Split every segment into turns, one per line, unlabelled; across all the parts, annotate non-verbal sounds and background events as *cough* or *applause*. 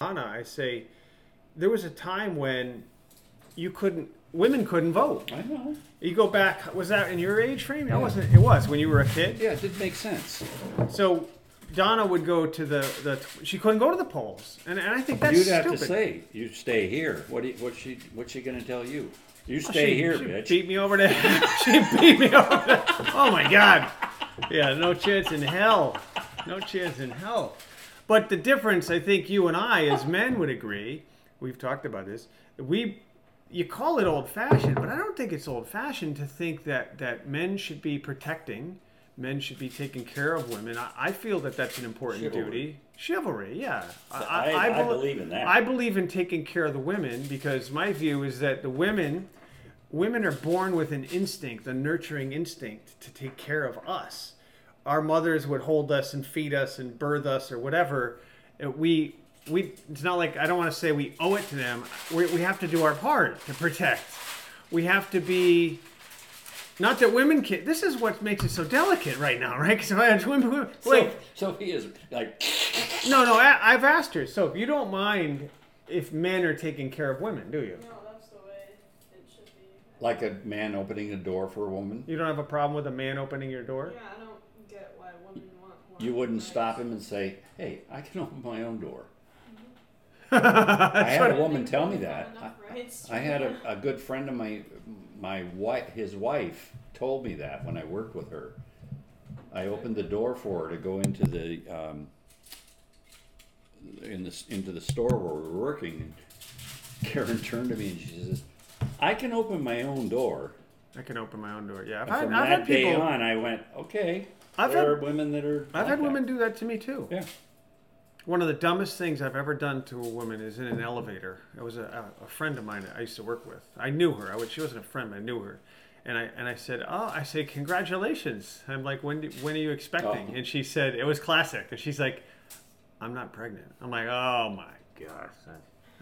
I say there was a time when you couldn't women couldn't vote.
I know.
You go back was that in your age frame? That
Yeah.
wasn't it was when you were a kid.
Yeah, it did make sense.
So Donna would go to the, the she couldn't go to the polls. And, and I think that's
You'd have
stupid.
to say, "You stay here." What? do you- What's she? What's she gonna tell you? You
Oh,
stay
she-
here,
she
bitch.
Beat me over to *laughs* she beat me over to, Oh my god. Yeah, no chance in hell. No chance in hell. But the difference I think you and I as men would agree, we've talked about this, we you call it old fashioned, but I don't think it's old fashioned to think that, that men should be protecting, men should be taking care of women. I, I feel that that's an important
Chivalry.
duty. Chivalry, yeah.
I- I believe in that.
I believe in taking care of the women because my view is that the women women are born with an instinct, a nurturing instinct to take care of us. Our mothers would hold us and feed us and birth us or whatever. Uh, We we it's not like I don't want to say we owe it to them. We, we have to do our part to protect. We have to be not that women can. This is what makes it so delicate right now, *laughs* right? Because women, women like
so, so he is like,
no, no, I, I've asked her. So if you don't mind if men are taking care of women, do you?
No, that's the way it should be.
like a man opening a door for a woman.
You don't have a problem with a man opening your door?
Yeah,
*laughs*
I don't get why women want more.
You wouldn't
rights.
stop him and say, "Hey, I can open my own door."
That's
I had
what-
a woman tell me
Women
that.
have
I,
enough rights to
I had a,
*laughs* vote.
a good friend of my my wife, his wife, told me that when I worked with her. I opened the door for her to go into the um, in this into the store where we were working. And *laughs* Karen turned to me and she says, "I can open my own door."
I can open my own door. Yeah, I've
And
had,
from
I've
that
had
day
people.
on, I went, "Okay,
I've
there
had-
are women that are."
I've
like
had
that."
women do that to me too.
Yeah.
One of the dumbest things I've ever done to a woman is in an elevator. It was a, a a friend of mine that I used to work with. I knew her. I was, she wasn't a friend, but I knew her. And I, and I said, Oh, I say, congratulations. I'm like, when, do, when are you expecting?
Oh.
And she said, It was classic. And she's like, I'm not pregnant. I'm like, Oh my gosh. I-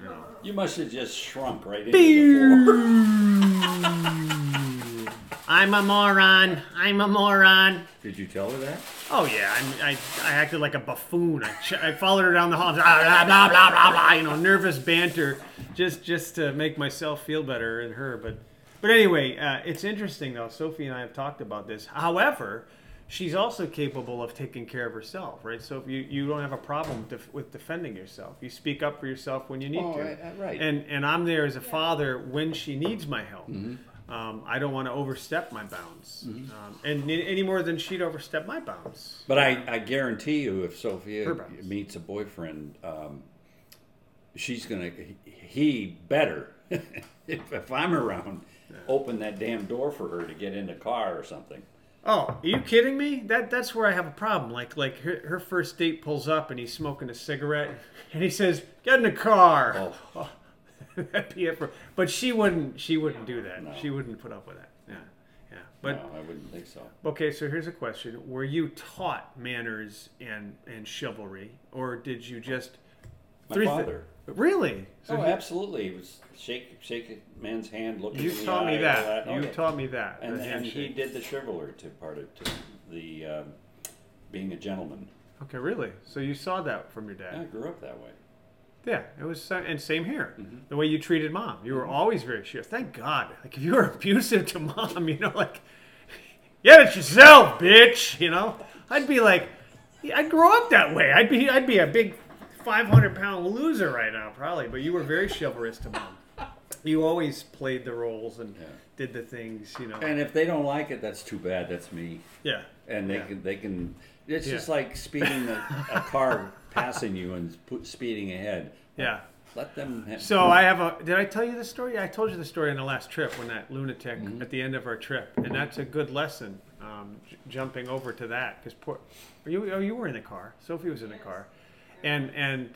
you know.
You must have just shrunk right into the floor. *laughs*
I'm a moron. I'm a moron.
Did you tell her that?
Oh yeah, I, I, I acted like a buffoon. I, ch- I followed her down the hall, blah, blah blah blah blah blah. You know, nervous banter, just just to make myself feel better and her. But but anyway, uh, it's interesting though. Sophie and I have talked about this. However, she's also capable of taking care of herself, right? So if you, you don't have a problem def- with defending yourself, you speak up for yourself when you need
Oh,
to.
I- I- right.
And and I'm there as a father when she needs my help.
Mm-hmm.
Um, I don't want to overstep my bounds, um, and n- any more than she'd overstep my bounds.
But I, I guarantee you, if Sophia
Her bounce.
meets a boyfriend, um, she's gonna. he- He better, *laughs* if, if I'm around, open that damn door for her to get in the car or something.
Oh, are you kidding me? That that's where I have a problem. Like like her, her first date pulls up and he's smoking a cigarette and he says, "Get in the car."
Oh.
*laughs* That'd be it for- but she wouldn't. She wouldn't do that.
No.
She wouldn't put up with that. Yeah, yeah. But
no, I wouldn't think so.
Okay, so here's a question: Were you taught manners and and chivalry, or did you just
My
Three thi-
father.
really? So
oh,
you-
absolutely. He was shake shake a man's hand, look
you
him in the
taught me
eye, all
that.
that.
You
Okay.
taught me that.
And,
the
and he
handshake.
did the chivalry to part of to the um, being a gentleman.
Okay, really? So you saw that from your dad?
I grew up that way.
Yeah, it was, so- and same here.
Mm-hmm.
The way you treated mom, you were always very sure. Thank God. Like if you were *laughs* abusive to mom, you know, like, *laughs* get it yourself, bitch. You know, I'd be like, yeah, I'd grow up that way. I'd be, I'd be a big, five hundred pound loser right now, probably. But you were very chivalrous to mom.
*laughs*
You always played the roles and
Yeah.
did the things, you know.
And if they don't like it, that's too bad. That's me.
yeah.
and they
Yeah.
can they can it's
Yeah.
just like speeding a,
*laughs*
a car passing you and pu- speeding ahead
Yeah.
let them have,
So I have a. Did I tell you the story? I told you the story on the last trip when that lunatic
Mm-hmm.
at the end of our trip, and that's a good lesson. Um, j- jumping over to that because poor, you oh, you were in the car. Sophie was in the
Yes.
car, and and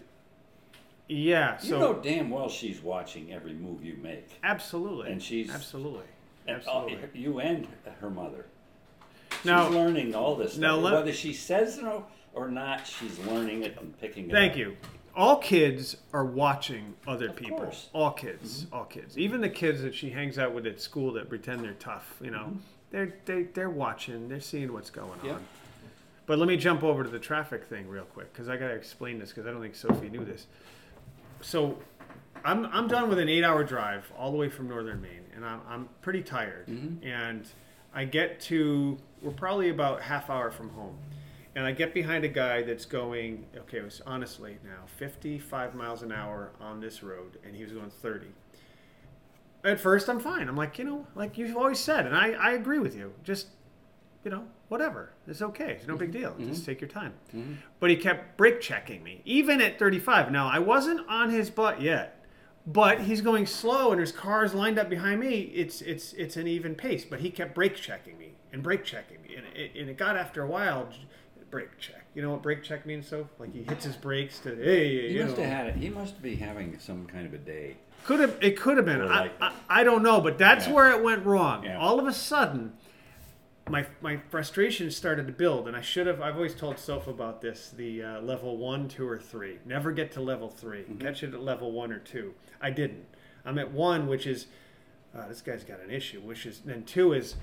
yeah.
you
So
know damn well she's watching every move you make
absolutely,
and she's-
absolutely,
and all-
absolutely.
you and her mother she's
Now-
learning all this
now
stuff.
let-
whether she says no or not she's learning it and picking it
Thank
up.
you. All kids are watching other
Of
people.
course.
All kids. All kids. Even the kids that she hangs out with at school that pretend they're tough. You know, they're they, they're watching. They're seeing what's going
Yeah.
on. But let me jump over to the traffic thing real quick because I got to explain this because I don't think Sophie knew this. so I'm I'm done with an eight hour drive all the way from northern Maine, and I'm I'm pretty tired. And I get to we're probably about half hour from home, and I get behind a guy that's going okay. It was honestly now 55 miles an hour on this road, and he was going 30. At first, I'm fine. I'm like you know, like you've always said, and I I agree with you. Just you know, whatever. It's okay. It's no
Mm-hmm.
big deal. Just take your time. But he kept brake checking me, even at 35. Now, I wasn't on his butt yet, but he's going slow and there's cars lined up behind me. It's it's it's an even pace, but he kept brake checking me and brake checking me. And it, and it got after a while, j- brake check. You know what brake check means, so? Like he hits his brakes to, hey,
He
you
must
know.
have had it. He must be having some kind of a day.
Could have it could have been.
Or
I,
like-
I, I don't know, but that's
Yeah.
where it went wrong.
Yeah.
All of a sudden, my my frustration started to build, and I should have. I've always told Soph about this: the uh, level one, two, or three. Never get to level 3
Mm-hmm.
Catch it at level one or two. I didn't. I'm at one, which is uh, this guy's got an issue. Which is then two is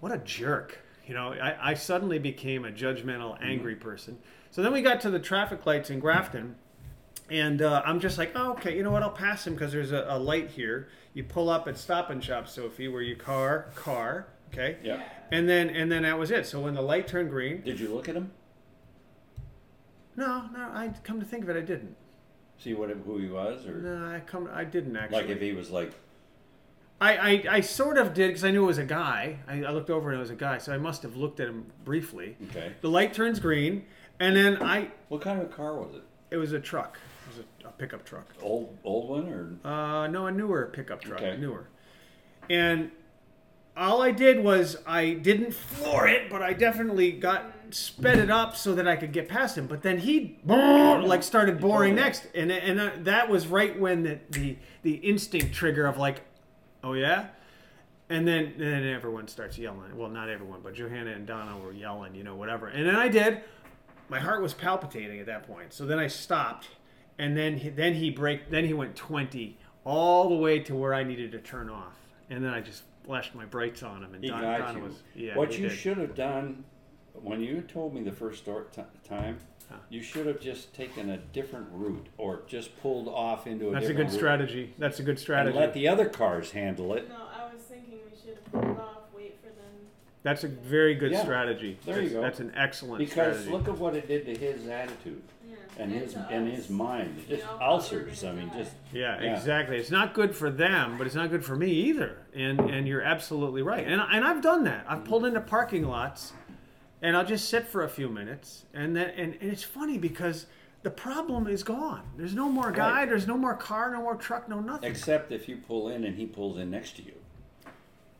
what a jerk. You know, I, I suddenly became a judgmental,
Mm-hmm.
angry person. So then we got to the traffic lights in Grafton, and uh, I'm just like, oh, okay, you know what? I'll pass him because there's a, a light here. You pull up at Stop and Shop, Sophie, where you car, car, okay,
Yeah.
and then and then that was it. So when the light turned green,
Did you look at him?
no, no, I come to think of it, I didn't.
See what who he was, or
No, I come, I didn't actually.
like if he was like
I, I, I sort of did because I knew it was a guy. I, I looked over and it was a guy, so I must have looked at him briefly.
okay.
The light turns green, and then I
What kind of a car was it?
It was a truck. It was a, a pickup truck.
Old old one or
Uh, no, a newer pickup truck.
Okay.
Newer. And all I did was I didn't floor it, but I definitely got sped it up so that I could get past him. But then he like started boring
Totally.
next, and and uh, that was right when the, the the instinct trigger of like, oh yeah. And then, and then everyone starts yelling. Well, not everyone, but Johanna and Donna were yelling, you know, whatever. And then I did. My heart was palpitating at that point. So then I stopped, and then he, then he break. Then he went twenty all the way to where I needed to turn off. And then I just flashed my brights on him, and
he
Don,
got
Donna
you?
was yeah.
what
he
you
did.
should have done when you told me the first door t- time,
Huh.
you should have just taken a different route or just pulled off into a
That's a
different
good
route
strategy. That's a good
and
strategy.
let the other cars handle it.
No, I was thinking we should hold off, wait for them.
That's a very good
Yeah.
strategy.
There
that's,
you go.
That's an excellent
Because
strategy.
look at what it did to his attitude
Yeah.
and his
to
and
us.
his mind. It
You
Just
know, we're
ulcers. I
gonna
mean,
die.
just
Yeah,
Yeah.
exactly. It's not good for them, but it's not good for me either. And and you're absolutely right. And and I've done that. I've pulled into parking lots, and I'll just sit for a few minutes, and then and, and it's funny because the problem is gone. There's no more guy.
Right.
There's no more car. No more truck. No nothing.
except if you pull in and he pulls in next to you,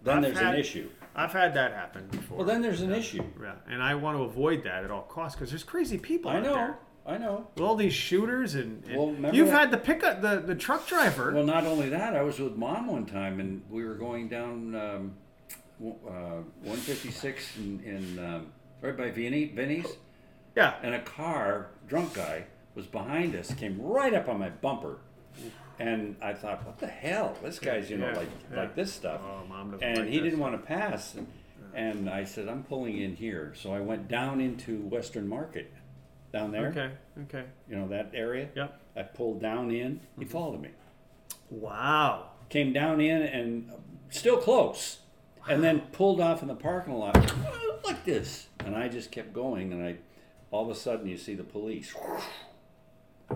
then
I've
there's
had-
an issue.
I've had that happen before.
Well, then there's an issue.
yeah, and I want to avoid that at all costs because there's crazy people.
I
out
know.
There.
I know.
With all these shooters and, and
Well, remember
you've
that-
had the pickup the, the truck driver.
Well, not only that, I was with mom one time, and we were going down um, w- uh, 156 in, in um, right by Vinny, Vinny's,
yeah.
and a car, drunk guy, was behind us, came right up on my bumper, and I thought, what the hell? This guy's, you know,
Yeah,
like
yeah.
like this stuff,
Oh, mom doesn't
and
like
he
this.
didn't want to pass, and, and I said, I'm pulling in here, so I went down into Western Market, down there,
Okay. Okay.
you know that area.
Yep. Mm-hmm.
I pulled down in. He followed me
Wow.
came down in and still close, and then pulled off in the parking lot *laughs* like this. And I just kept going, and I all of a sudden you see the police.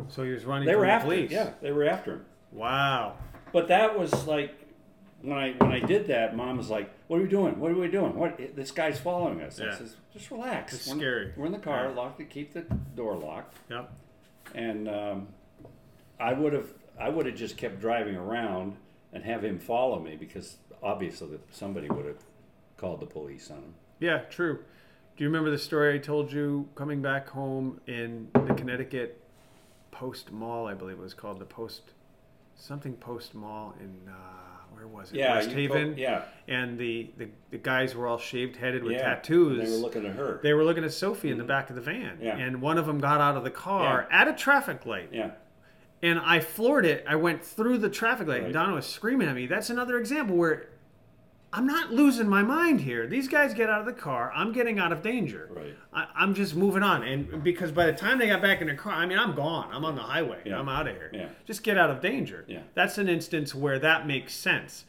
So he was running
They
from
were
the
after him.
police.
Yeah, they were after him.
Wow.
But that was like when I when I did that, mom was like, "What are we doing? What are we doing? What this guy's following us?"
Yeah.
I says, "Just relax.
It's
We're in-
scary.
We're in the car,
Yeah.
locked. it- Keep the door locked."
Yep.
and um, I would have I would have just kept driving around and have him follow me because obviously somebody would have called the police on him.
Yeah, true. Do you remember the story I told you coming back home in the Connecticut Post Mall, I believe it was called the Post something Post Mall in uh, where was it? West
you
Haven.
po- yeah,
And the, the, the guys were all shaved headed with
yeah.
tattoos.
They were looking at her.
They were looking at Sophie in the back of the van.
Yeah.
And one of them got out of the car at a traffic light.
yeah,
and I floored it. I went through the traffic light, and
Right.
Donna was screaming at me. That's another example where I'm not losing my mind here. These guys get out of the car. I'm getting out of danger.
Right.
I, I'm just moving on. And because by the time they got back in the car, I mean, I'm gone. I'm on the highway.
Yeah.
I'm out of here.
Yeah.
Just get out of danger.
Yeah.
That's an instance where that makes sense.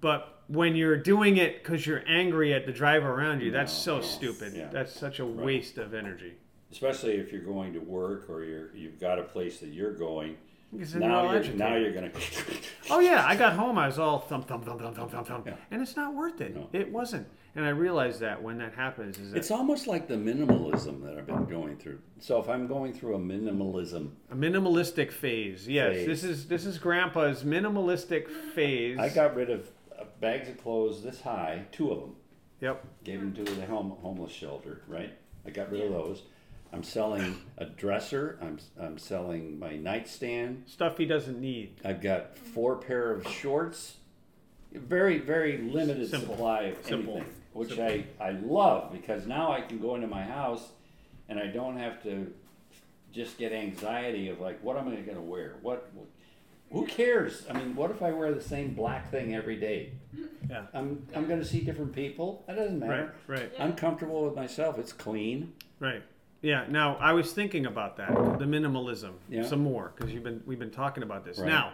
But when you're doing it because you're angry at the driver around you, that's so
No.
stupid.
Yeah.
That's such a waste of energy.
especially if you're going to work or you're you've got a place that you're going.
Because then they're all
Now you're
agitated.
now you're gonna. *laughs*
Oh yeah, I got home. I was all thump thump thump thump thump thump thump,
Yeah.
and it's not worth it.
No.
It wasn't, and I realized that when that happens, is that
It's almost like the minimalism that I've been going through. So if I'm going through a minimalism,
a minimalistic phase. Yes,
Phase.
this is this is Grandpa's minimalistic phase.
I got rid of uh, bags of clothes this high, two of them.
yep.
Gave them to the home, homeless shelter, right? I got rid of those. I'm selling a dresser. I'm, I'm selling my nightstand.
Stuff he doesn't need.
I've got four pair of shorts. Very, very limited
Simple.
supply of
Simple.
anything, which I, I love because now I can go into my house and I don't have to just get anxiety of like, what am I going to wear? What, who cares? I mean, what if I wear the same black thing every day?
Yeah.
I'm, I'm going to see different people. That doesn't
Right.
matter.
Right.
I'm comfortable with myself. It's clean.
Right. Yeah. Now I was thinking about that, the minimalism,
Yeah.
some more because you've been we've been talking about this.
Right.
Now,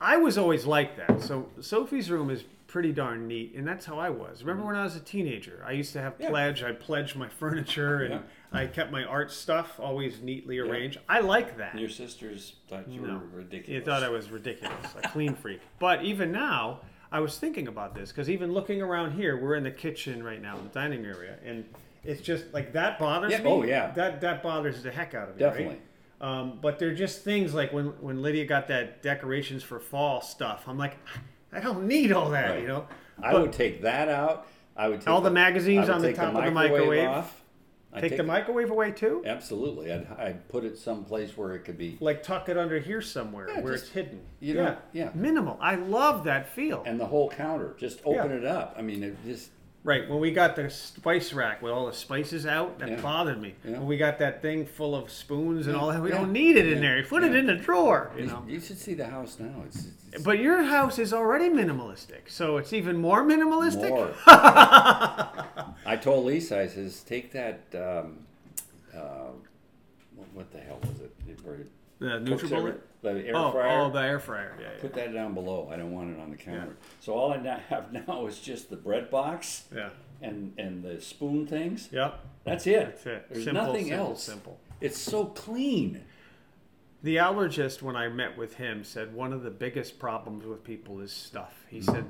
I was always like that. So Sophie's room is pretty darn neat, and that's how I was. Remember when I was a teenager? I used to have
Mm-hmm. Yeah.
pledge. I pledged my *laughs* furniture, and
Yeah.
I kept my art stuff always neatly arranged. I like that.
And your sisters thought you
No.
were
You
ridiculous.
thought I was ridiculous, a clean freak. But even now, I was thinking about this because even looking around here, we're in the kitchen right now, the dining area, and it's just like that bothers
Yeah,
me.
oh, yeah.
that that bothers the heck out of me. right?
Definitely.
Um, but they're just things like when when Lydia got that decorations for fall stuff. I'm like, I don't need all that,
Right.
you know.
I
But-
would take that out. I would take
All the magazines
I would
on the
take
top of the microwave.
off. I'd
take, the microwave away too.
Absolutely, I'd, I'd put it someplace where it could be.
Like tuck it under here somewhere
Yeah,
where
just-
it's hidden.
you know, yeah.
Minimal. I love that feel.
And the whole counter, just open
Yeah.
it up. I mean, it just
Right. When we got the spice rack with all the spices out, that
Yeah.
bothered me.
Yeah.
When we got that thing full of spoons and all that, we
Yeah.
don't need it in
Yeah.
there. You put it
Yeah.
in the drawer, you
you,
know.
you should see the house now. It's, it's
But your house is already minimalistic, so it's even more minimalistic.
more.
*laughs*
I told Lisa, I says, take that. Um, uh, what- what the hell was it? It- where it
The
cooks
NutriBullet.
every- The air
Oh,
fryer.
oh, the air fryer. Yeah, yeah.
Put that down below. I don't want it on the counter. So all I now *laughs* have now is just the bread box
Yeah.
and and the spoon things.
Yep.
That's it.
That's it.
There's
simple,
nothing
simple,
else.
Simple.
It's so clean.
The allergist, when I met with him, said one of the biggest problems with people is stuff. He
Hmm.
said,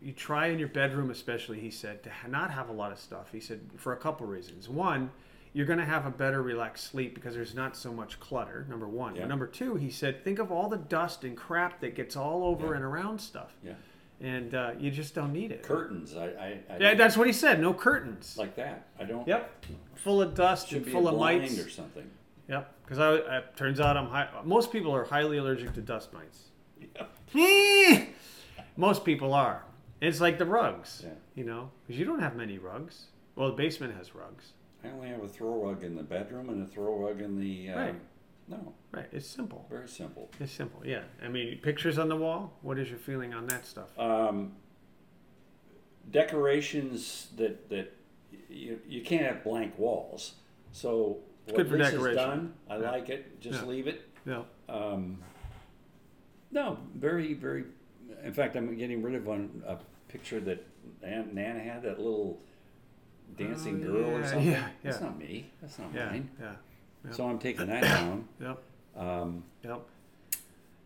you try in your bedroom, especially, he said, to ha- not have a lot of stuff. He said, for a couple reasons. One, you're going to have a better relaxed sleep because there's not so much clutter, number one.
Yeah.
Number two, he said, think of all the dust and crap that gets all over and around stuff.
Yeah.
And uh, you just don't need it.
Curtains. I. I, I
yeah,
don't-
that's what he said. No curtains.
like that. I don't.
yep. Full of dust
Should
and
be
full
a
of
blind
mites.
or something.
Yep, because I, I turns out I'm high. Most people are highly allergic to dust mites.
Yeah.
*laughs* Eh, most people are. It's like the rugs,
Yeah.
you know, because you don't have many rugs. Well, the basement has rugs,
I only have a throw rug in the bedroom and a throw rug in the. Uh,
Right.
No,
right? It's simple.
very simple.
It's simple. Yeah, I mean, pictures on the wall. What is your feeling on that stuff?
Um, decorations that that y- you, you can't have blank walls. So what
good for
Lisa's
decoration.
done, I
Yeah.
like it. Just
Yeah.
leave it.
No,
Um, no, very, very. In fact, I'm getting rid of one a picture that Nan- Nana had that little dancing
Oh,
girl
yeah,
or something.
yeah,
That's
yeah.
not me. That's not
yeah,
mine.
yeah, yeah.
So I'm
*coughs*
taking that down.
yep,
Um,
yep.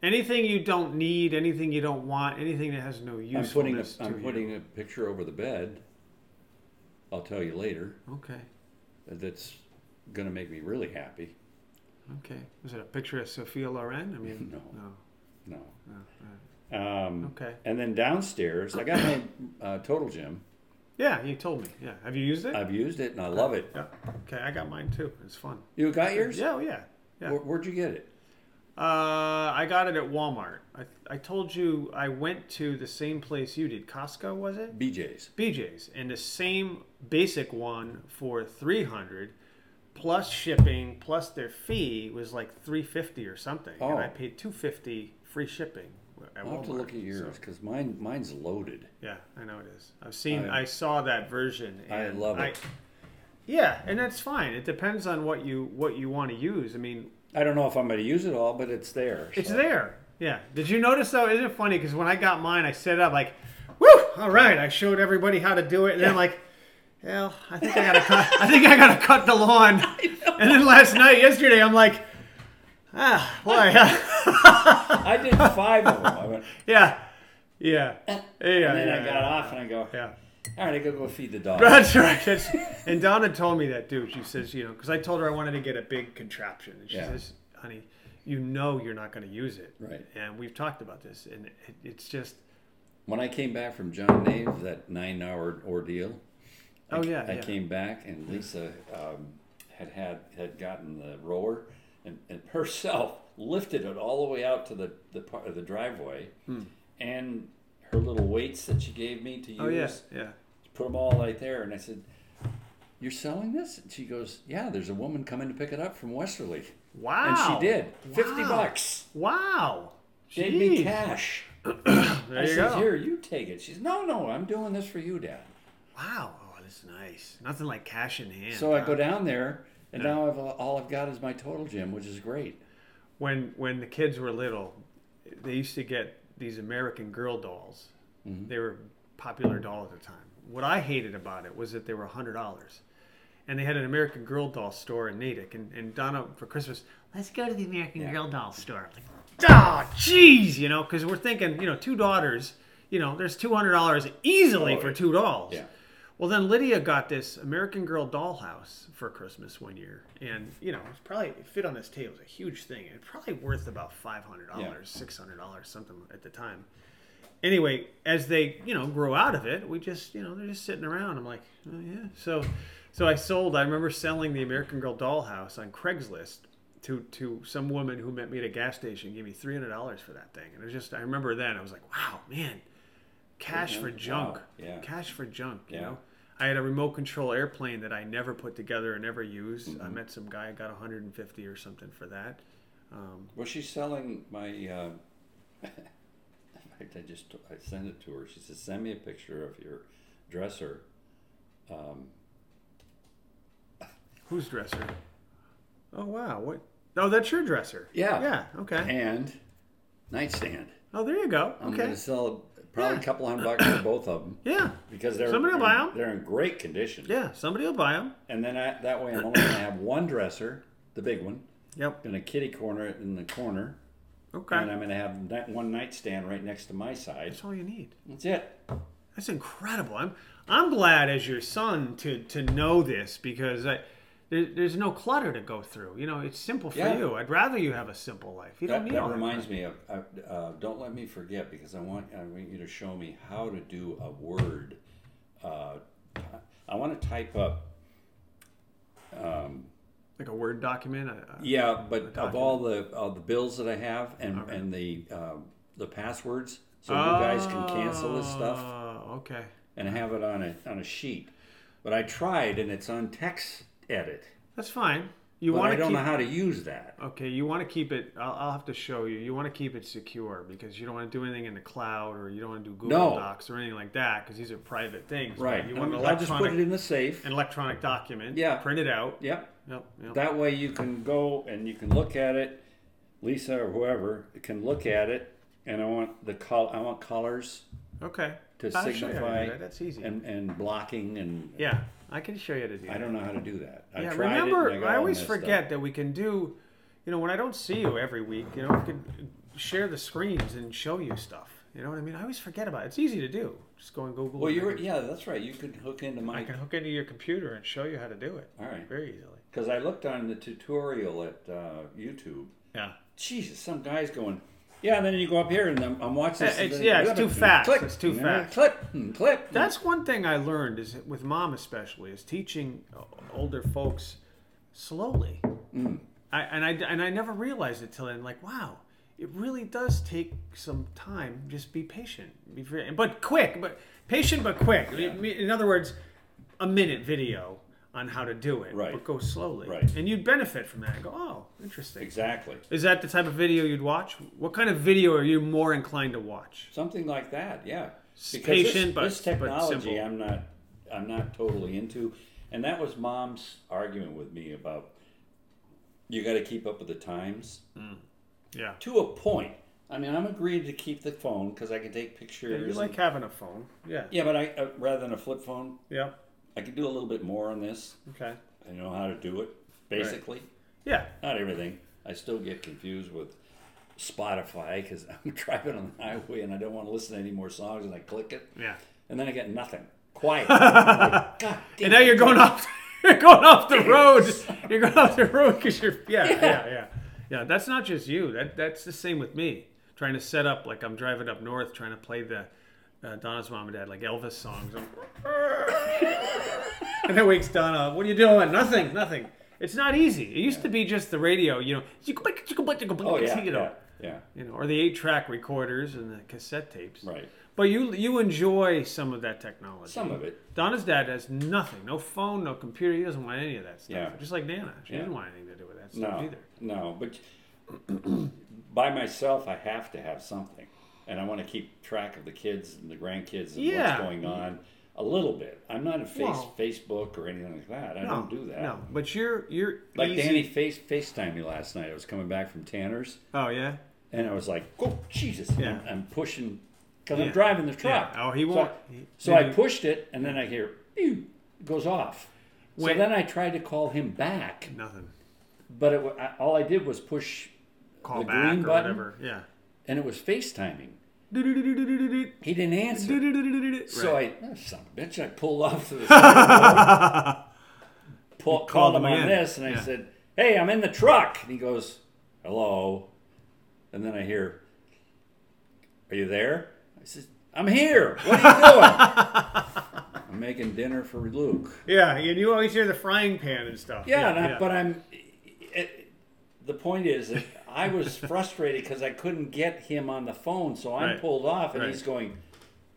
Anything you don't need, anything you don't want, anything that has no
I'm putting a,
usefulness
I'm
to you.
putting a picture over the bed. I'll tell you later.
Okay,
That's gonna make me really happy.
okay. Is it a picture of Sophia Loren? I mean,
*laughs* No. No.
no, no.
Um,
Okay.
And then downstairs, I got my uh, Total Gym.
Yeah, you told me. Yeah. Have you used it?
I've used it and I love it.
yeah. Okay, I got mine too. It's fun.
You got yours?
Yeah, oh, yeah. Yeah.
Where, where'd you get it?
Uh, I got it at Walmart. I, I told you I went to the same place you did. Costco, was it?
BJ's.
BJ's. And the same basic one for 300 plus shipping plus their fee was like 350 or something. And I
Oh.
paid 250 free shipping. at
I'll have to
Walmart,
look at yours
so-
because mine mine's loaded.
yeah, I know it is. I've seen, I,
I-
saw that version.
I
and
love it.
yeah, and that's fine. It depends on what you what you want to use. I mean,
I don't know if I'm going to use it all, but it's there.
It's
so.
there. Yeah. Did you notice though? Isn't it funny? Because when I got mine, I set it up like, woo, all right. I showed everybody how to do it, and then like, well, I think
*laughs*
I gotta cut. I think I gotta cut the lawn. And then last night, yesterday, I'm like, ah, boy, *laughs*
I did five of them. I went,
yeah,
*laughs*
yeah, yeah.
and
*laughs*
then
yeah,
I got
yeah.
off and I go,
Yeah.
all right, I gotta go feed the dog.
That's right. That's, and Donna told me that too. She says, you know, because I told her I wanted to get a big contraption, and she
Yeah.
says, "Honey, you know you're not going to use it."
Right.
And we've talked about this, and it, it's just,
When I came back from John Nave, that nine-hour ordeal,
oh yeah,
I
yeah.
came back and Lisa um, had had had gotten the roller and, and *laughs* herself lifted it all the way out to the the part of the driveway,
Hmm.
and her little weights that she gave me to use,
Oh yeah, yeah.
put them all right there, and I said. You're selling this? And she goes, Yeah, there's a woman coming to pick it up from Westerly.
Wow.
And she did. 50
Wow.
bucks.
Wow.
Gave me
Jeez.
cash.
There
I
you
says,
go.
Here, you take it. She's, No, no, I'm doing this for you, Dad.
Wow. Oh, that's nice. Nothing like cash in hand.
So I
huh?
go down there, and now I've, all I've got is my total gym, which is great.
when when the kids were little, they used to get these American Girl dolls.
Mm-hmm.
They were popular doll at the time. What I hated about it was that they were hundred dollars, and they had an American Girl doll store in Natick. And, and Donna for Christmas, let's go to the American Girl doll store. Like, oh, jeez, you know, because we're thinking, you know, two daughters, you know, there's two hundred dollars easily
Oh,
for two dolls.
yeah.
Well, then Lydia got this American Girl dollhouse for Christmas one year, and you know, it's probably it fit on this table. It was a huge thing. It's probably worth about five hundred dollars, six hundred dollars, something at the time. Anyway, as they you know grow out of it, we just you know they're just sitting around. I'm like, oh yeah. So, so I sold. I remember selling the American Girl dollhouse on Craigslist to to some woman who met me at a gas station. Gave me three hundred dollars for that thing, and it was just I remember then I was like, wow, man, cash for
Mhm.
junk
Wow. Yeah.
cash for junk. You
Yeah.
know, I had a remote control airplane that I never put together and never used. I
Mm-hmm.
met some guy, got 150 or something for that. Um,
Well, she's selling my. Uh, *laughs* in fact, I just I sent it to her. She says, "Send me a picture of your dresser." Um,
whose dresser? Oh wow, what? Oh, that's your dresser.
Yeah.
Yeah. Okay.
and nightstand.
Oh, there you go.
I'm
okay.
going to sell probably
Yeah.
a couple hundred bucks for both of them
Yeah.
because they're
Somebody will buy 'em.
They're in great condition.
Yeah. Somebody will buy them.
And then I, that way, I'm only going to have one dresser, the big one,
Yep.
and a kitty corner in the corner, and uh,
Okay.
I'm going to have that one nightstand right next to my side.
That's all you need.
That's it.
That's incredible. I'm I'm glad as your son to to know this because I. There, there's no clutter to go through. You know, it's simple for
Yeah.
you. I'd rather you have a simple life. You don't
That,
need
that
all
reminds me of. I, uh, don't let me forget because I want I want you to show me how to do a word. Uh, I want to type up. Um,
like a word document. A, a,
yeah, but of all the all the bills that I have and and the um the passwords, so you guys can cancel this stuff
Oh, Okay.
and have it on a on a sheet. But I tried and it's on text edit,
That's fine. You
but
want
I
to
don't
keep
know how to use that.
Okay, you want to keep it I'll, I'll have to show you. You want to keep it secure because you don't want to do anything in the cloud or you don't want to do Google
No.
Docs or anything like that because these are private things.
Right.
You want an
I'll just put it
electronic
in the safe.
an electronic document.
Yeah.
Print it out.
Yep.
Yep. yep.
That way you can go and you can look at it. Lisa or whoever can look at it, and I want the col- I want colors
okay.
to
I'll show you how to do
signify
that. That's easy.
and and blocking and
yeah, I can show you how to do.
I
that.
don't know how to do that. I
yeah,
tried it
remember,
and I, got
I
all
always
messed
forget
Up.
that we can do, you know, when I don't see you every week, you know, I could share the screens and show you stuff. You know what I mean? I always forget about it. It's easy to do. Just go and Google.
Well,
it.
you're yeah, that's right. You can hook into
I
my
can hook into your computer and show you how to do it
all right
very easily.
because I looked on the tutorial at uh, YouTube.
Yeah.
Jesus, some guy's going. Yeah, and then you go up here and I'm, I'm watching. this
Yeah,
and
it's-
then-
yeah, it's too fast.
Click, hmm,
It's too
and
fast.
Clip, and clip. and-
That's one thing I learned is that with mom especially is teaching older folks slowly.
Mm.
I, and I and I never realized it till then. Like wow, it really does take some time. Just be patient, be very, but quick, but patient but quick. I mean, In other words, a minute video, on how to do it.
Right.
But go slowly.
Right.
And you'd benefit from that. Go, oh, interesting.
Exactly.
Is that the type of video you'd watch? What kind of video are you more inclined to watch?
Something like that, yeah. this-
patient, but-
this
but
technology
simple.
I'm not I'm not totally into. And that was mom's argument with me about you gotta keep up with the times.
Yeah.
To a point. I mean, I'm agreeing to keep the phone because I can take
Yeah,
pictures.
you like
and-
having a phone. Yeah.
yeah, but I uh, rather than a flip phone,
Yeah.
I can do a little bit more on this.
Okay.
I know how to do it, basically.
Yeah.
Not everything. I still get confused with Spotify because *laughs* I'm driving on the highway and I don't want to listen to any more songs, and I click it,
Yeah.
and then I get nothing.
*laughs*
Quiet. God damn
And now you're
it.
going off. *laughs* You're going off
*laughs*
the road. You're going off the road because you're. Yeah, yeah, yeah, yeah. that's not just you. That that's the same with me. Trying to set up like I'm driving up north, trying to play the uh, Donna's mom and dad like Elvis songs. I'm- *laughs* and that wakes Donna up. What are you doing? Nothing. Nothing. It's not easy. It used to be just the radio. You know, you
Oh yeah,
you know,
yeah, yeah.
you know, or the eight-track recorders and the cassette tapes.
Right.
But you you enjoy some of that technology.
Some of it.
Donna's dad has nothing, no phone, no computer. He doesn't want any of that stuff.
Yeah.
Just like Nana, she
Yeah.
doesn't want anything to do with that stuff
No,
either.
no. But *clears throat* by myself, I have to have something, and I want to keep track of the kids and the grandkids and
Yeah.
what's going on a little bit. I'm not a face
Well-
Facebook or anything like that. I
No,
don't do that.
No, but you're you're
Like
easy.
Danny face FaceTimed me last night. I was coming back from Tanner's,
Oh yeah,
and I was like, "Oh Jesus!"
Yeah.
I'm, I'm pushing because
Yeah.
I'm driving the truck.
Yeah. Oh, he
So
won't-
I-
he-
So,
did
I
he-
pushed it, and then I hear, "Ew," it goes off.
Wait.
So then I tried to call him back,
nothing.
but it, wa- I, all I did was push,
Call
The
back or
green button?
whatever. Yeah.
and it was FaceTiming.
Do-do-do-do-do-do-do.
He didn't answer.
Do-do-do-do-do-do.
So
Right.
I, oh, son of a bitch, I pulled off *laughs* to the side of the road, pull, called,
called
him
him
on
in.
this, and I
Yeah.
said, "Hey, I'm in the truck." And he goes, "Hello," and then I hear, "Are you there?" I said, "I'm here. What are *laughs* you doing?" I'm making dinner for Luke.
yeah, and you always hear the frying pan and stuff.
Yeah, and I, but I'm. It, the point is that I was *laughs* frustrated because I couldn't get him on the phone, so I'm
Right.
pulled off, and
Right.
he's going,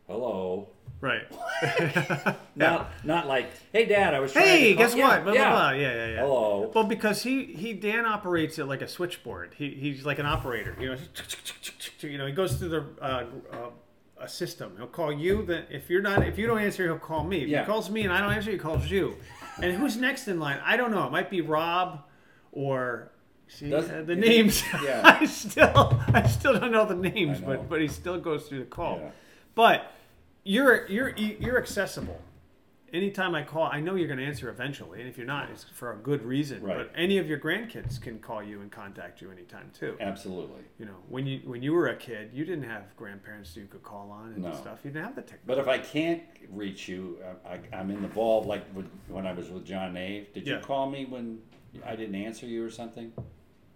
"Hello."
right.
*laughs*
*laughs*
Not not like, hey, Dad, I was. Trying
Hey,
to call-"
guess
Yeah,
what? Blah,
yeah.
blah, blah. Yeah, yeah, yeah.
Hello.
Well, because he, he Dan operates it like a switchboard. He, he's like an operator. You know, *laughs* you know, he goes through the uh, uh, a system. He'll call you. Then if you're not, if you don't answer, he'll call me. If
Yeah.
he calls me and I don't answer, he calls you. And who's next in line? I don't know. It might be Rob, or see
Does-
uh, the names.
*laughs* Yeah.
*laughs* I still I still don't know the names,
I know.
but but he still goes through the call.
Yeah.
But you're you're you're accessible anytime I call, I know you're going to answer eventually. And if you're not, it's for a good reason.
Right.
But any of your grandkids can call you and contact you anytime too.
Absolutely.
You know, when you when you were a kid, you didn't have grandparents that you could call on and
No.
stuff. You didn't have the technology.
But if I can't reach you, I, I, I'm involved. Like with, when I was with John Nave, did
Yeah.
you call me when I didn't answer you or something?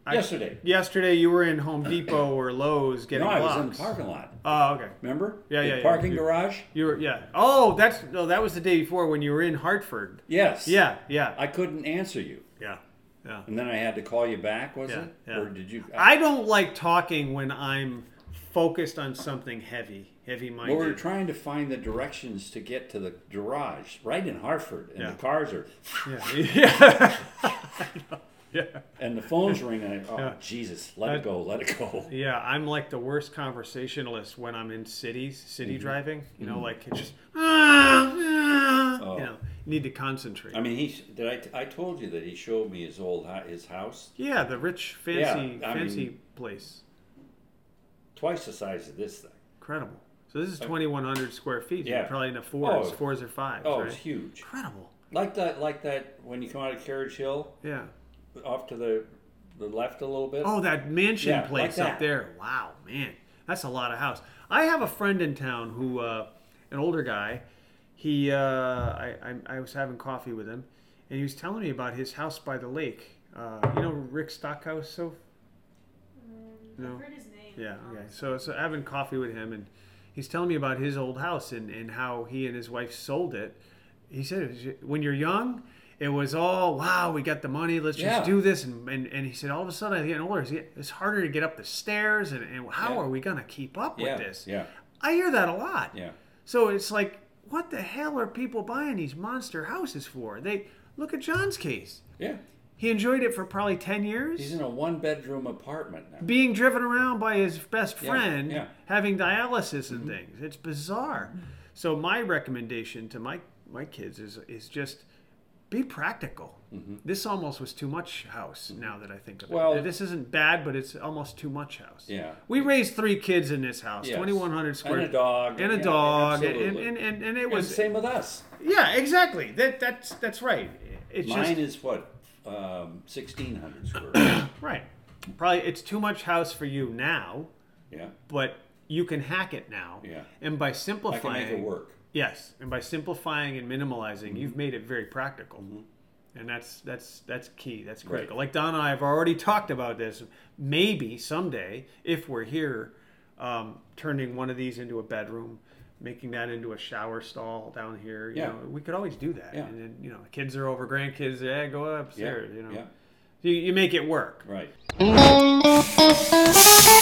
I-
Yesterday.
Yesterday, you were in Home Depot or Lowe's getting
No, I was
blocks.
in the parking lot.
Oh, okay.
Remember?
Yeah,
the
yeah, yeah.
Parking garage.
You were yeah. Oh, that's no. That was the day before when you were in Hartford.
Yes.
Yeah, yeah,
I couldn't answer you,
yeah, yeah.
and then I had to call you back. Was
Yeah,
it?
yeah.
Or did you? uh,
I don't like talking when I'm focused on something heavy, heavy-minded.
Well, we were trying to find the directions to get to the garage, right in Hartford, and
Yeah.
the cars are,
Yeah. *laughs* yeah. yeah.
and the phones ring, and I, oh
Yeah.
Jesus, let
I-
it go, let it go.
Yeah, I'm like the worst conversationalist when I'm in cities, city
Mm-hmm.
driving. You know, like it's just, "Ah, ah,"
Oh.
you know, need to concentrate.
I mean, he did. I, t- I told you that he showed me his old hou- his house
yeah, the rich, fancy,
Yeah, I
fancy
mean-
place.
twice the size of this thing.
Incredible. So this is 2,100 square feet. Yeah.
Yeah.
Probably in the fours,
Oh.
fours or fives,
Oh,
right?
it's huge.
Incredible.
Like that, like that. When you come out of Carriage Hill,
Yeah.
off to the the left a little bit.
Oh, that mansion
Yeah, like
place up
that.
there. Wow, man, that's a lot of house. I have a friend in town who, uh, an older guy, he, uh, I, I, I was having coffee with him, and he was telling me about his house by the lake. Uh, you know Rick Stockhouse, so No.
Mm, I've heard his name. Um,
yeah,
Um,
okay. So, so having coffee with him, and he's telling me about his old house and, and how he and his wife sold it. He said, it was- when you're young, it was all, wow, we got the money, let's
Yeah.
just do this. And, and, and he said, all of a sudden, I get older, it's- it's harder to get up the stairs, and, and how
Yeah.
are we going to keep up
yeah,
with this?
yeah,
I hear that a lot.
yeah.
So it's like, what the hell are people buying these monster houses for? They Look at John's case.
Yeah.
He enjoyed it for probably 10 years.
He's in a one bedroom apartment now.
being driven around by his best
Yeah,
friend
yeah. Mm-hmm.
having dialysis and things. It's bizarre. So my recommendation to my my kids is is just be practical. This almost was too much house. Now that I think of it,
Mm-hmm. Well-
this isn't bad, but it's almost too much house.
Yeah.
we raised three kids in this house,
Yes.
twenty one hundred square
And a dog.
and a
Yeah,
dog, and,
absolutely.
and, and, and it
And
was
same with us.
yeah, exactly. That that's that's right. It's
Mine
just
is what um, sixteen
*coughs*
hundred square. feet.
right. Probably it's too much house for you now.
yeah,
but you can hack it now.
Yeah.
And by
I can
simplifying,
make it work. Mm-hmm.
yes, and by simplifying and minimalizing, you've made it very practical. And that's that's that's key. That's critical. Like Don and I have already talked about this. Maybe someday, if we're here, um, turning one of these into a bedroom, making that into a shower stall down here. You
Yeah.
know, we could always do that.
Yeah.
And then you know, the kids are over, grandkids, yeah, go upstairs. You know,
yeah.
you, you make it work.
Right.
Thank you.